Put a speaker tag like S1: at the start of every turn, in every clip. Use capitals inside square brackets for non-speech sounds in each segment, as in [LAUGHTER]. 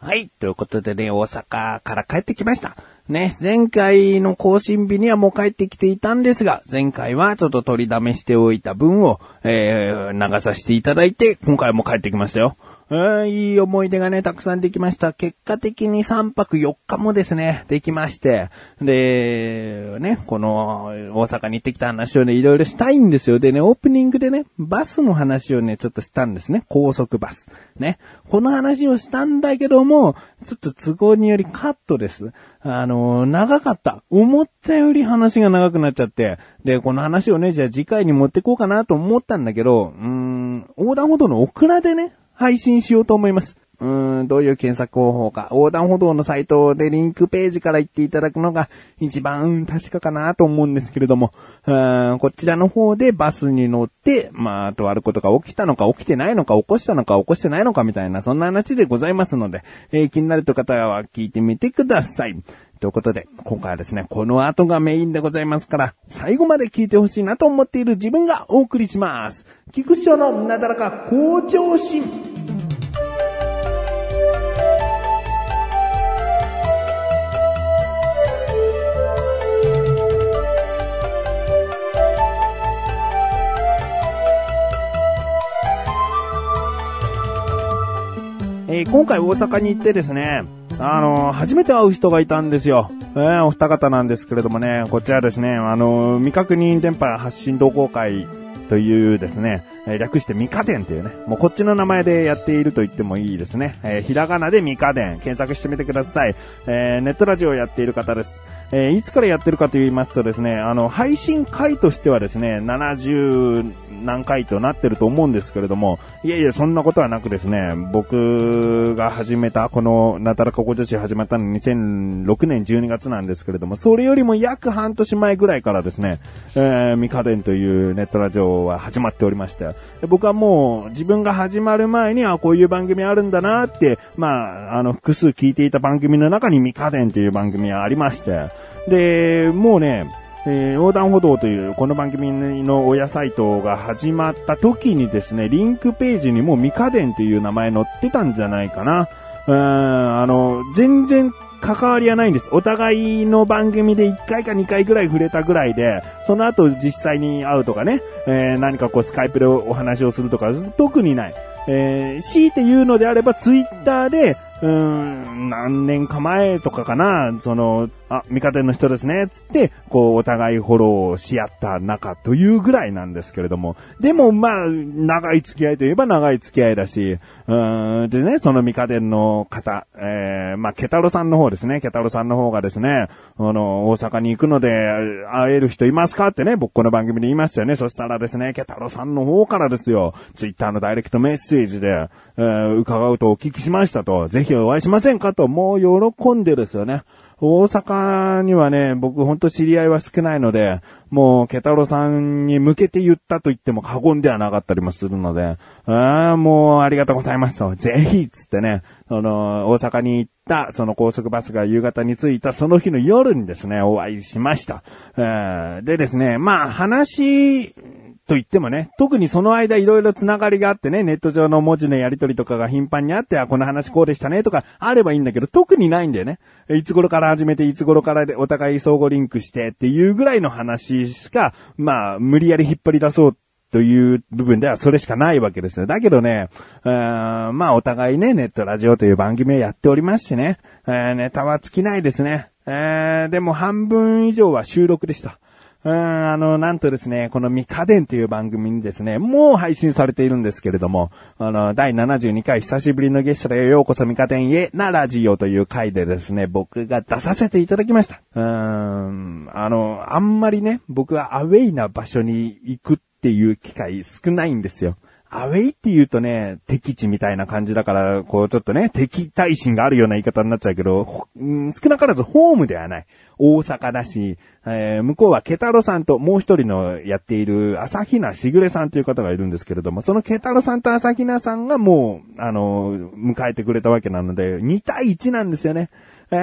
S1: はい。ということでね、大阪から帰ってきました。ね、前回の更新日にはもう帰ってきていたんですが、前回はちょっと取りだめしておいた分を、えー、流させていただいて、今回も帰ってきましたよ。えー、いい思い出がね、たくさんできました。結果的に3泊4日もですね、できまして。で、ね、この、大阪に行ってきた話をね、いろいろしたいんですよ。でね、オープニングでね、バスの話をね、ちょっとしたんですね。高速バス。ね。この話をしたんだけども、ちょっと都合によりカットです。あのー、長かった。思ったより話が長くなっちゃって。で、この話をね、じゃあ次回に持ってこうかなと思ったんだけど、うーん、横断歩道のオクラでね、配信しようと思います。うーん、どういう検索方法か。横断歩道のサイトでリンクページから行っていただくのが一番確かかなと思うんですけれども、うーんこちらの方でバスに乗って、まあ、とあることが起きたのか起きてないのか起こしたのか起こしてないのかみたいな、そんな話でございますので、えー、気になるという方は聞いてみてください。ということで、今回はですね、この後がメインでございますから、最後まで聞いてほしいなと思っている自分がお送りします。菊師匠のなだらか向上心。えー、今回大阪に行ってですね、あのー、初めて会う人がいたんですよ。えー、お二方なんですけれどもね、こちらですね、あの未確認電波発信同好会というですね、え略してミカデンというね、もうこっちの名前でやっていると言ってもいいですね。えひらがなでミカデン、検索してみてください。えネットラジオをやっている方です。えいつからやってるかと言いますとですね、あの、配信回としてはですね、70、何回となってると思うんですけれども、いやいや、そんなことはなくですね、僕が始めた、この、なたらかご女子始まったの2006年12月なんですけれども、それよりも約半年前ぐらいからですね、えー、ミカデンというネットラジオは始まっておりまして、僕はもう自分が始まる前に、あ、こういう番組あるんだなって、まあ、あの、複数聞いていた番組の中にミカデンという番組はありまして、で、もうね、えー、横断歩道というこの番組の親サイトが始まった時にですね、リンクページにも未家電という名前載ってたんじゃないかな。うーん、あの、全然関わりはないんです。お互いの番組で1回か2回ぐらい触れたぐらいで、その後実際に会うとかね、えー、何かこうスカイプでお話をするとか、特にない。えー、強いて言うのであれば、ツイッターで、うーん、何年か前とかかな、その、あ、味方の人ですね、つって、こう、お互いフォローし合った仲というぐらいなんですけれども、でも、まあ、長い付き合いといえば長い付き合いだし、うーん、でね、その味方の方、えー、まあ、ケタロさんの方ですね、ケタロさんの方がですね、あの、大阪に行くので、会える人いますかってね、僕この番組で言いましたよね。そしたらですね、ケタロさんの方からですよ、ツイッターのダイレクトメッセージで、えー、伺うとお聞きしましたと、ぜひお会いしませんかと、もう喜んでですよね。大阪にはね、僕ほんと知り合いは少ないので、もう、ケタロさんに向けて言ったと言っても過言ではなかったりもするので、ああ、もうありがとうございますと、ぜひつってね、その、大阪に行ってた、その高速バスが夕方に着いたその日の夜にですね、お会いしました。えー、でですね、まあ話、と言ってもね、特にその間いろいろつながりがあってね、ネット上の文字のやり取りとかが頻繁にあって、あ、この話こうでしたねとか、あればいいんだけど、特にないんだよね。いつ頃から始めて、いつ頃からでお互い相互リンクしてっていうぐらいの話しか、まあ、無理やり引っ張り出そうという部分ではそれしかないわけですよ。だけどね、うーんまあお互いね、ネットラジオという番組をやっておりますしね、えー、ネタは尽きないですね。えー、でも半分以上は収録でした。うん、あの、なんとですね、このミカデンという番組にですね、もう配信されているんですけれども、あの、第72回久しぶりのゲストでようこそミカデンへなラジオという回でですね、僕が出させていただきました。うん、あの、あんまりね、僕はアウェイな場所に行くっていう機会少ないんですよ。アウェイって言うとね、敵地みたいな感じだから、こうちょっとね、敵対心があるような言い方になっちゃうけど、うん、少なからずホームではない。大阪だし、えー、向こうはケタロさんともう一人のやっている朝比奈しぐれさんという方がいるんですけれども、そのケタロさんと朝比奈さんがもう、あのー、迎えてくれたわけなので、2対1なんですよね。え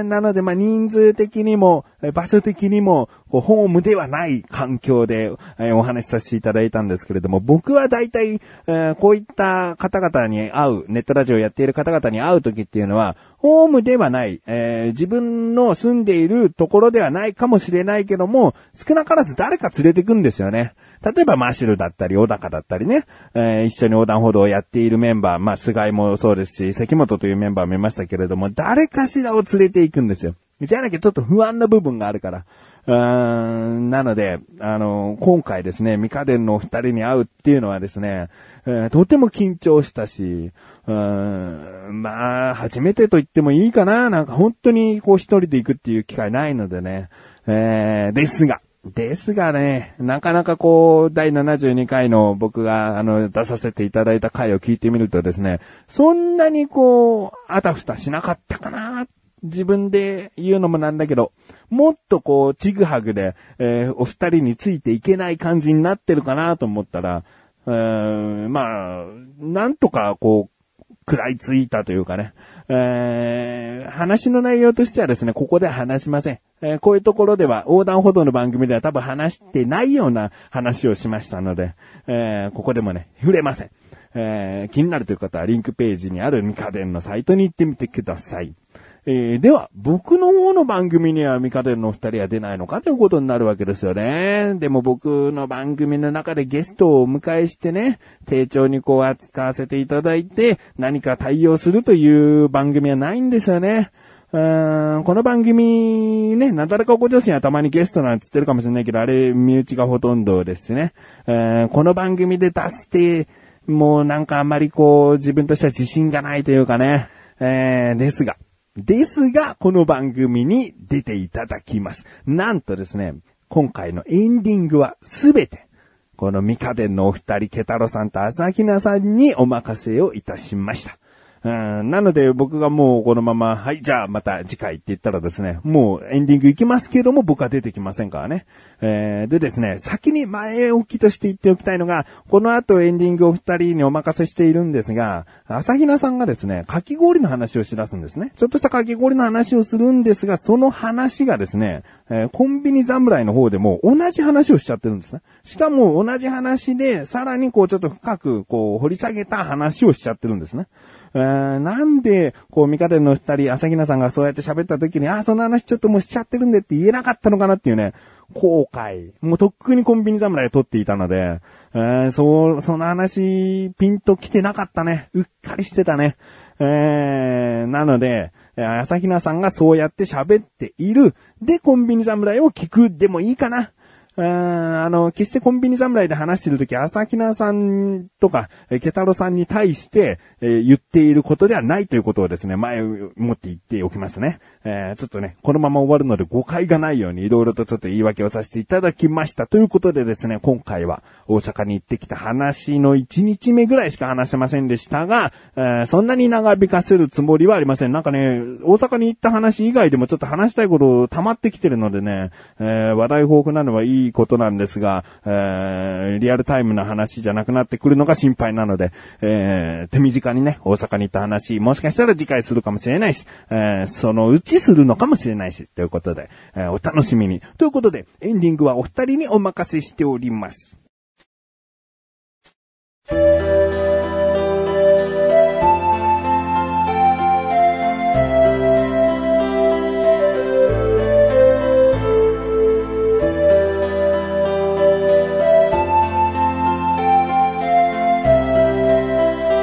S1: ー、なので、まあ、人数的にも、えー場所的にも、こうホームではない環境で、えーお話しさせていただいたんですけれども、僕は大体、えーこういった方々に会う、ネットラジオをやっている方々に会う時っていうのは、ホームではない、えー自分の住んでいるところではないかもしれないけども、少なからず誰か連れてくんですよね。例えば、マシルだったり、小高だったりね、えー一緒に横断歩道をやっているメンバー、まあ、菅井もそうですし、関本というメンバーもいましたけれども、誰かしらを連れて行くんですよ。じゃなきゃちょっと不安な部分があるから。うーん、なので、あの、今回ですね、ミカデンのお二人に会うっていうのはですね、えーとても緊張したし、うーん、まあ、初めてと言ってもいいかな。なんか本当にこう一人で行くっていう機会ないのでね。えー、ですが、ですがね、なかなかこう、第72回の僕が、あの、出させていただいた回を聞いてみるとですね、そんなにこう、あたふたしなかったかな自分で言うのもなんだけど、もっとこう、ちぐはぐで、えーお二人についていけない感じになってるかなと思ったら、うーん、まあ、なんとかこう、食らいついたというかね、えー話の内容としてはですね、ここでは話しません。えーこういうところでは、横断歩道の番組では多分話してないような話をしましたので、えーここでもね、触れません。えー気になるという方はリンクページにあるミカデンのサイトに行ってみてください。えーでは、僕の方の番組にはミカデンのお二人は出ないのかということになるわけですよね。でも僕の番組の中でゲストをお迎えしてね、丁重にこう扱わせていただいて、何か対応するという番組はないんですよね。うーんこの番組ね、なだらかご女子はたまにゲストなんつってるかもしれないけど、あれ、身内がほとんどですしね。うーんこの番組で出して、もうなんかあんまりこう、自分としては自信がないというかね。えー、ですが、ですが、この番組に出ていただきます。なんとですね、今回のエンディングはすべて、このミカデンのお二人、ケタロさんと朝比奈さんにお任せをいたしました。うんなので僕がもうこのまま、はい、じゃあまた次回って言ったらですね、もうエンディング行きますけども僕は出てきませんからね。えー、でですね、先に前置きとして言っておきたいのが、この後エンディングを二人にお任せしているんですが、朝比奈さんがですね、かき氷の話をしだすんですね。ちょっとしたかき氷の話をするんですが、その話がですね、えーコンビニ侍の方でも同じ話をしちゃってるんですね。しかも同じ話で、さらにこうちょっと深くこう掘り下げた話をしちゃってるんですね。えーなんで、こう、味方の二人、朝比奈さんがそうやって喋った時に、あー、その話ちょっともうしちゃってるんでって言えなかったのかなっていうね、後悔。もうとっくにコンビニ侍を撮っていたので、えーそう、その話、ピンと来てなかったね。うっかりしてたね。えーなので、えー朝比奈さんがそうやって喋っている。で、コンビニ侍を聞くでもいいかな。うーんあの、決してコンビニ侍で話してるとき、朝比奈さんとか、えーケタロさんに対して、えー言っていることではないということをですね、前もって言っておきますね。えーちょっとね、このまま終わるので誤解がないように、いろいろとちょっと言い訳をさせていただきました。ということでですね、今回は大阪に行ってきた話の1日目ぐらいしか話せませんでしたが、えーそんなに長引かせるつもりはありません。なんかね、大阪に行った話以外でもちょっと話したいこと溜まってきてるのでね、えー話題豊富なのはいいことなんですが、えーリアルタイムな話じゃなくなってくるのが心配なので、えー手短にね、大阪に行った話、もしかしたら次回するかもしれないし、えーそのうちするのかもしれないし、ということで、えーお楽しみに。ということで、エンディングはお二人にお任せしております。
S2: エンディン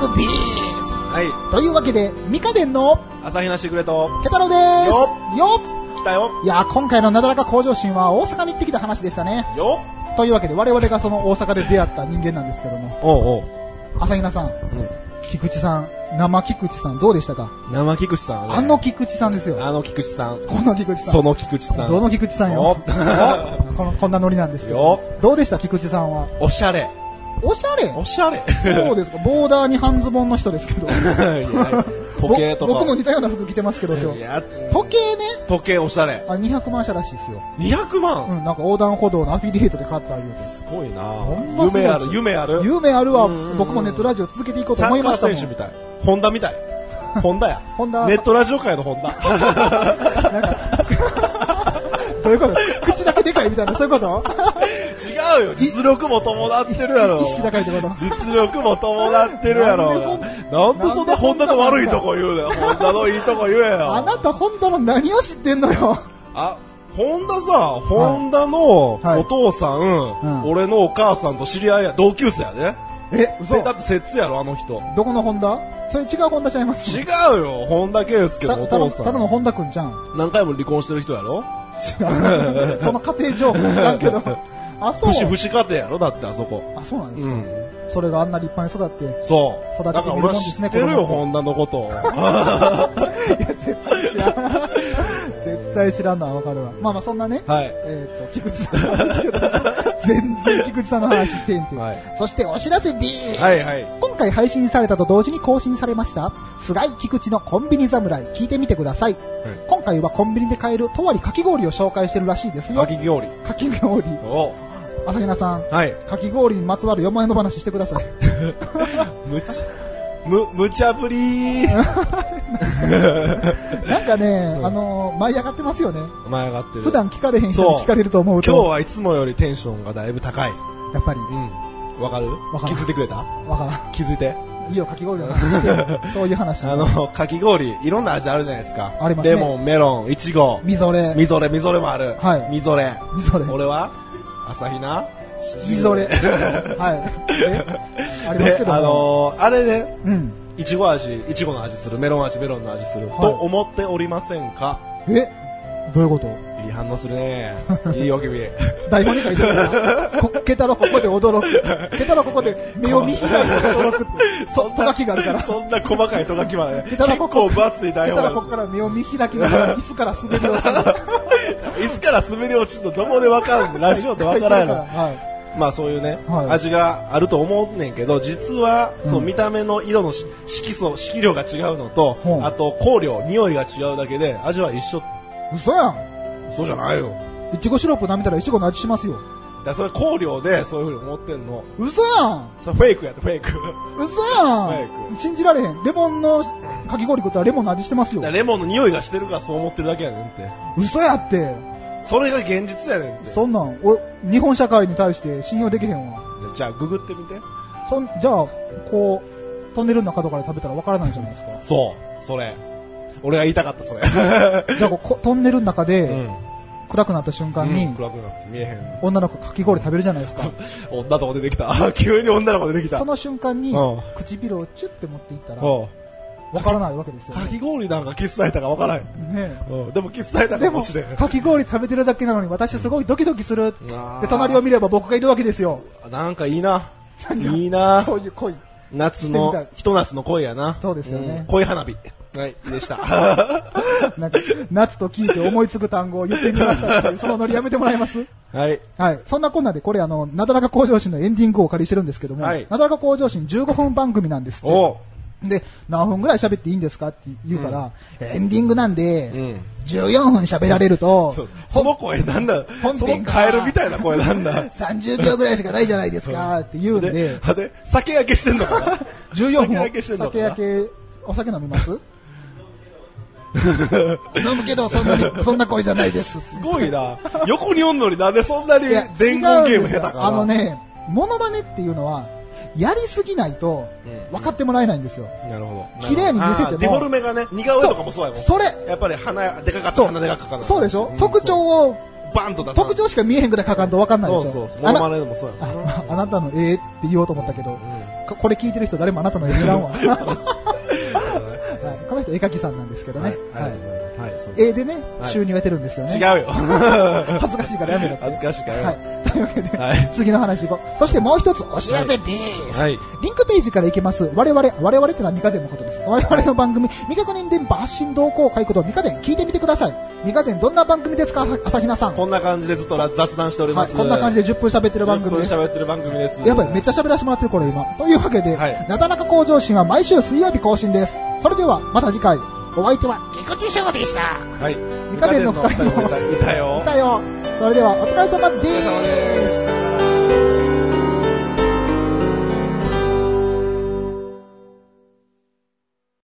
S2: グピース
S3: はい。
S2: というわけで、ミカデンの
S3: 朝比奈してくれと、
S2: ケタロウです
S3: よ
S2: よ
S3: 来たよ。
S2: いやー、今回のなだらか向上心は大阪に行ってきた話でしたね。
S3: よ
S2: というわけで、我々がその大阪で出会った人間なんですけども、
S3: おうおう。
S2: 朝比奈さん、
S3: うん。
S2: 菊池さん、生菊池さんどうでしたか
S3: 生菊池さんはね。
S2: あの菊池さんですよ。
S3: あの菊池さん。
S2: この菊池さん。
S3: その菊池さん。
S2: どの菊池さんよ
S3: よ。
S2: お [LAUGHS] このこんなノリなんですけど
S3: よ。
S2: どうでした菊池さんは。
S3: おしゃれ。
S2: おしゃれ
S3: おしゃ [LAUGHS] れ。
S2: そうですか。ボーダーに半ズボンの人ですけ
S3: [LAUGHS]
S2: ど。
S3: いや時計とか。
S2: ぼ僕も似たような服着てますけど、今
S3: い
S2: 日。
S3: や、
S2: 時計ね。
S3: 時計おしゃれ。
S2: あれ200万社らしいですよ。
S3: 200
S2: う
S3: 万
S2: ん、なんか横断歩道のアフィリエイトで買ったあげです。
S3: すごいな
S2: ほんますごい
S3: 夢ある、夢ある。
S2: 夢あるわ
S3: うんうんう、ん
S2: 僕もネットラジオ続けていこうと
S3: サ
S2: 思い
S3: ッカ
S2: ま
S3: ー
S2: したもん。
S3: 選手みたい。ホンダみたい。ホンダや。
S2: [LAUGHS] ホンダ
S3: ネットラジオ界のホンダ。
S2: [LAUGHS] なんか、どういうこと [LAUGHS] 口だけでかいみたいな、そういうこと
S3: 違うよ。実力も伴ってるやろ。
S2: 意識高いってこと
S3: 実力も伴ってるやろ。なんでそんなホンダの悪いとこ言う
S2: [LAUGHS]
S3: のよ。ホンダのいいとこ言え
S2: あ
S3: よ。
S2: なたホンダの何を知ってんのよ。
S3: あ、ホンダさ、ホンダの
S2: はい
S3: お父さん、
S2: うん
S3: 俺のお母さんと知り合いや、同級生やね。
S2: え、
S3: せ
S2: 嘘
S3: だって節やろ、あの人。
S2: どこのホンダそれ違うホンダちゃいます
S3: 違うよ、本田圭佑
S2: た
S3: のお
S2: ただ
S3: 父
S2: の
S3: さ
S2: ただの
S3: ん。
S2: ホンダくんじゃん。 [LAUGHS]
S3: 何回も離婚してる人やろ
S2: 知らんその家庭情報知らん
S3: [LAUGHS]
S2: けど。あ、そう。
S3: 不死不死家庭やろだってあそこ。
S2: あ、そうなんで
S3: う
S2: すか、
S3: ん。
S2: それがあんな立派に育って。
S3: そう。
S2: 育
S3: だ
S2: てて
S3: から
S2: みるもん
S3: 俺は
S2: です
S3: 知
S2: ね
S3: ってる
S2: 子供
S3: よ、
S2: って
S3: ホンダのこと
S2: [LAUGHS]
S3: を。
S2: いや、絶対知らん。 [LAUGHS] 絶対知らんのはわかるわ。まあまあ、そんなね。
S3: はい。
S2: えっ、と、菊池さんなんですけど、全然菊池さんの話してんっていう。
S3: はい
S2: そしてお知らせです。
S3: はいはい。
S2: 今回配信されたと同時に更新されました、菅井菊池のコンビニ侍、聞いてみてください。今回はコンビニで買える、とわりかき氷を紹介してるらしいですよ。
S3: か
S2: か
S3: き氷。
S2: き氷。
S3: お
S2: 朝比奈さん、
S3: はい。
S2: かき氷にまつわる4万円の話してください。
S3: むち、む、むちゃぶりー。
S2: なんかね、あのー舞い上がってますよね。
S3: 前上がってる。
S2: 普段聞かれへん人
S3: そう
S2: に聞かれると思う
S3: 今日
S2: と、
S3: はいつもよりテンションがだいぶ高い。
S2: やっぱり、
S3: うん。わかる
S2: わかる
S3: 気づいてくれた
S2: わか
S3: 気づいて。
S2: らん。いいよ、かき氷の話して、 [LAUGHS] そういう話。
S3: あの、 [LAUGHS] かき氷、いろんな味あるじゃないですか。
S2: ありますね
S3: レモン、メロン、いちご、
S2: みぞれ、
S3: みぞれ、みぞれもある。
S2: はい
S3: みぞれ。
S2: みぞれ、
S3: 俺は朝比奈
S2: みぞれ。はい。でありますけ
S3: で、
S2: ども。
S3: あのー、あれね、
S2: うん。
S3: いちご味、いちごの味する、メロン味、メロンの味する、
S2: はい
S3: と思っておりませんか
S2: えどういうこと
S3: いい反応す
S2: [LAUGHS]
S3: るね。いいよ、君。
S2: 台本に書いてるから、こケタロここで驚く。ケタロここで目を見開いて驚くって。そ、とがきがあるから。
S3: そんな細かいとがきまで、
S2: ただ
S3: 結
S2: こ
S3: 構
S2: こ
S3: 分厚い
S2: ケ
S3: 台
S2: タロこ
S3: 本
S2: こ
S3: で
S2: から目を見開きながら、椅子から滑
S3: [LAUGHS]
S2: り落ちる。
S3: す。椅子から滑り落ちるのどこで分かるんラジオって分からんの。
S2: は
S3: まあそういうね、
S2: はい
S3: 味があると思うねんけど、実は、
S2: うん
S3: そう見た目の色のし色素、色量が違うのと、
S2: うん
S3: あと香料、匂いが違うだけで、味は一緒。
S2: い。嘘やん。
S3: そうじゃないよ。
S2: いちごシロップ舐めたらいちごの味しますよ。
S3: だからそれ香料でそういうふうに思ってんの。
S2: 嘘やん。
S3: それフェイクやって、フェイク。だか
S2: 嘘や
S3: 早
S2: ん。信じられへん。レモンのかき氷食ったらレモンの味してますよ
S3: ら。レモンの匂いがしてるからそう思ってるだけやねんって。
S2: 嘘やって。
S3: それが現実やねんって。
S2: そんなん、俺、日本社会に対して信用できへんわ。
S3: じゃあ、ググってみて。
S2: そん、じゃあ、こう、トンネルの角から食べたらわからないじゃないですか。
S3: そう、それ。俺が言いたかった、それ。
S2: じゃあこう、こトンネルの中
S3: う
S2: で
S3: ん。
S2: 暗くなった瞬間
S3: う
S2: に
S3: ん、暗くなって見えへん。
S2: 女の子かき氷食べるじゃないですか。
S3: 女の子出てきた。 [LAUGHS] 急に女の子出てきた。
S2: その瞬間に
S3: うん、
S2: 唇をチュッて持っていったら、わ
S3: おう
S2: からないわけですよ
S3: か
S2: ね。
S3: き氷なんかキスされたかわからん。
S2: ね
S3: うん、でもキスされた
S2: えで
S3: かも
S2: も、
S3: しれん。
S2: かき氷食べてるだけなのに私すごいドキドキする。で、
S3: で
S2: 隣を見れば僕がいるわけですよ。
S3: なんかいいな。
S2: 何が
S3: いいな。
S2: そういう恋。
S3: 夏
S2: してみた
S3: の
S2: い、
S3: ひと夏の恋やな。
S2: そうですよね
S3: ん恋花火。はい、
S2: [LAUGHS]
S3: でした。
S2: なんか、夏と聞いて思いつく単語を言ってみましたっていう、そのノリやめてもらえます
S3: はい。
S2: はい。そんなこんなで、これあの、なだらか向上心のエンディングをお借りしてるんですけども、
S3: はい
S2: なだらか向上心15分番組なんですって。
S3: おう。
S2: で、何分ぐらい喋っていいんですかって言うから、エンディングなんで、
S3: うん。
S2: 14分喋られると、
S3: そうその声なんだ
S2: 本
S3: その
S2: 編か
S3: カエルみたいな声な
S2: [LAUGHS]
S3: んだ
S2: 30秒ぐらいしかないじゃないです
S3: [LAUGHS]
S2: かって言うんで、 [LAUGHS]
S3: で、あで、酒焼けしてんのかな
S2: 14分
S3: 酒焼けしてんのか
S2: 酒
S3: な
S2: 焼け、お酒飲み
S3: [LAUGHS]
S2: ます飲むけど、そんなに、そんな声じゃないです。
S3: すごいな。横におんのになんでそんなに
S2: いや
S3: 伝言ゲ
S2: 違う
S3: ー
S2: んで
S3: ム
S2: す
S3: 下手
S2: よ
S3: かな
S2: あの。ね、モノマネっていうのは、やりすぎないと
S3: うん、
S2: 分かってもらえないんですよ。
S3: なるほど。
S2: 綺麗に見せても
S3: あーデフォルメがね、似顔絵とかもそうやもん。
S2: それ、
S3: やっぱり鼻、でかかっ
S2: そう
S3: た鼻でかかかな。
S2: そうでしょ
S3: ん
S2: 特徴
S3: そう
S2: を、
S3: バンと出す。
S2: 特徴しか見えへんぐらい書かんと分かんないで
S3: そ
S2: し
S3: う
S2: ょ。
S3: そうそう。
S2: あな
S3: モノマネでもそうやもんな。
S2: ああなたの絵って言おうと思ったけど、ここれ聞いてる人誰もあなたの絵知ら
S3: [LAUGHS]
S2: んわ。 [LAUGHS] はいこの人絵描きさんなんですけど
S3: はい
S2: ね。。
S3: あ
S2: は
S3: りがと
S2: い
S3: うございますはいそうで
S2: 絵でね、
S3: はい
S2: 収入を得てるんですよ
S3: す。
S2: ね。
S3: 違
S2: う。
S3: うよ。
S2: [LAUGHS]
S3: 恥
S2: 恥ずかしいからやめろって。
S3: ずかしいから
S2: は
S3: よ。
S2: い。というわけで、
S3: はい。
S2: 次の話いこう。そしてもう一つお知らせ [LAUGHS] です。
S3: はい。
S2: リンクページから行けます。我々、我々ってのはミカデンのことです。我々の番組、未確認電波発信同好会ことミカデン聞いてみてください。ミカデンどんな番組ですか朝比奈さん。
S3: こんな感じでずっと雑談しており
S2: は
S3: ま
S2: い、
S3: す。
S2: こんな感
S3: で
S2: じで10分喋ってる番組です。
S3: 喋ってる番組です。
S2: やばい、めっちゃ喋らせてもらってる、これ今。というわけで、
S3: はい
S2: なだらか向上心は毎週水曜日更新です。それでは、また次回。お相手は、
S4: 菊池翔でした。
S3: はい。
S2: ミカデンの二人も
S3: ミカデンの二人もいたいたよ
S2: い。たよ。それでは、お疲れ様です。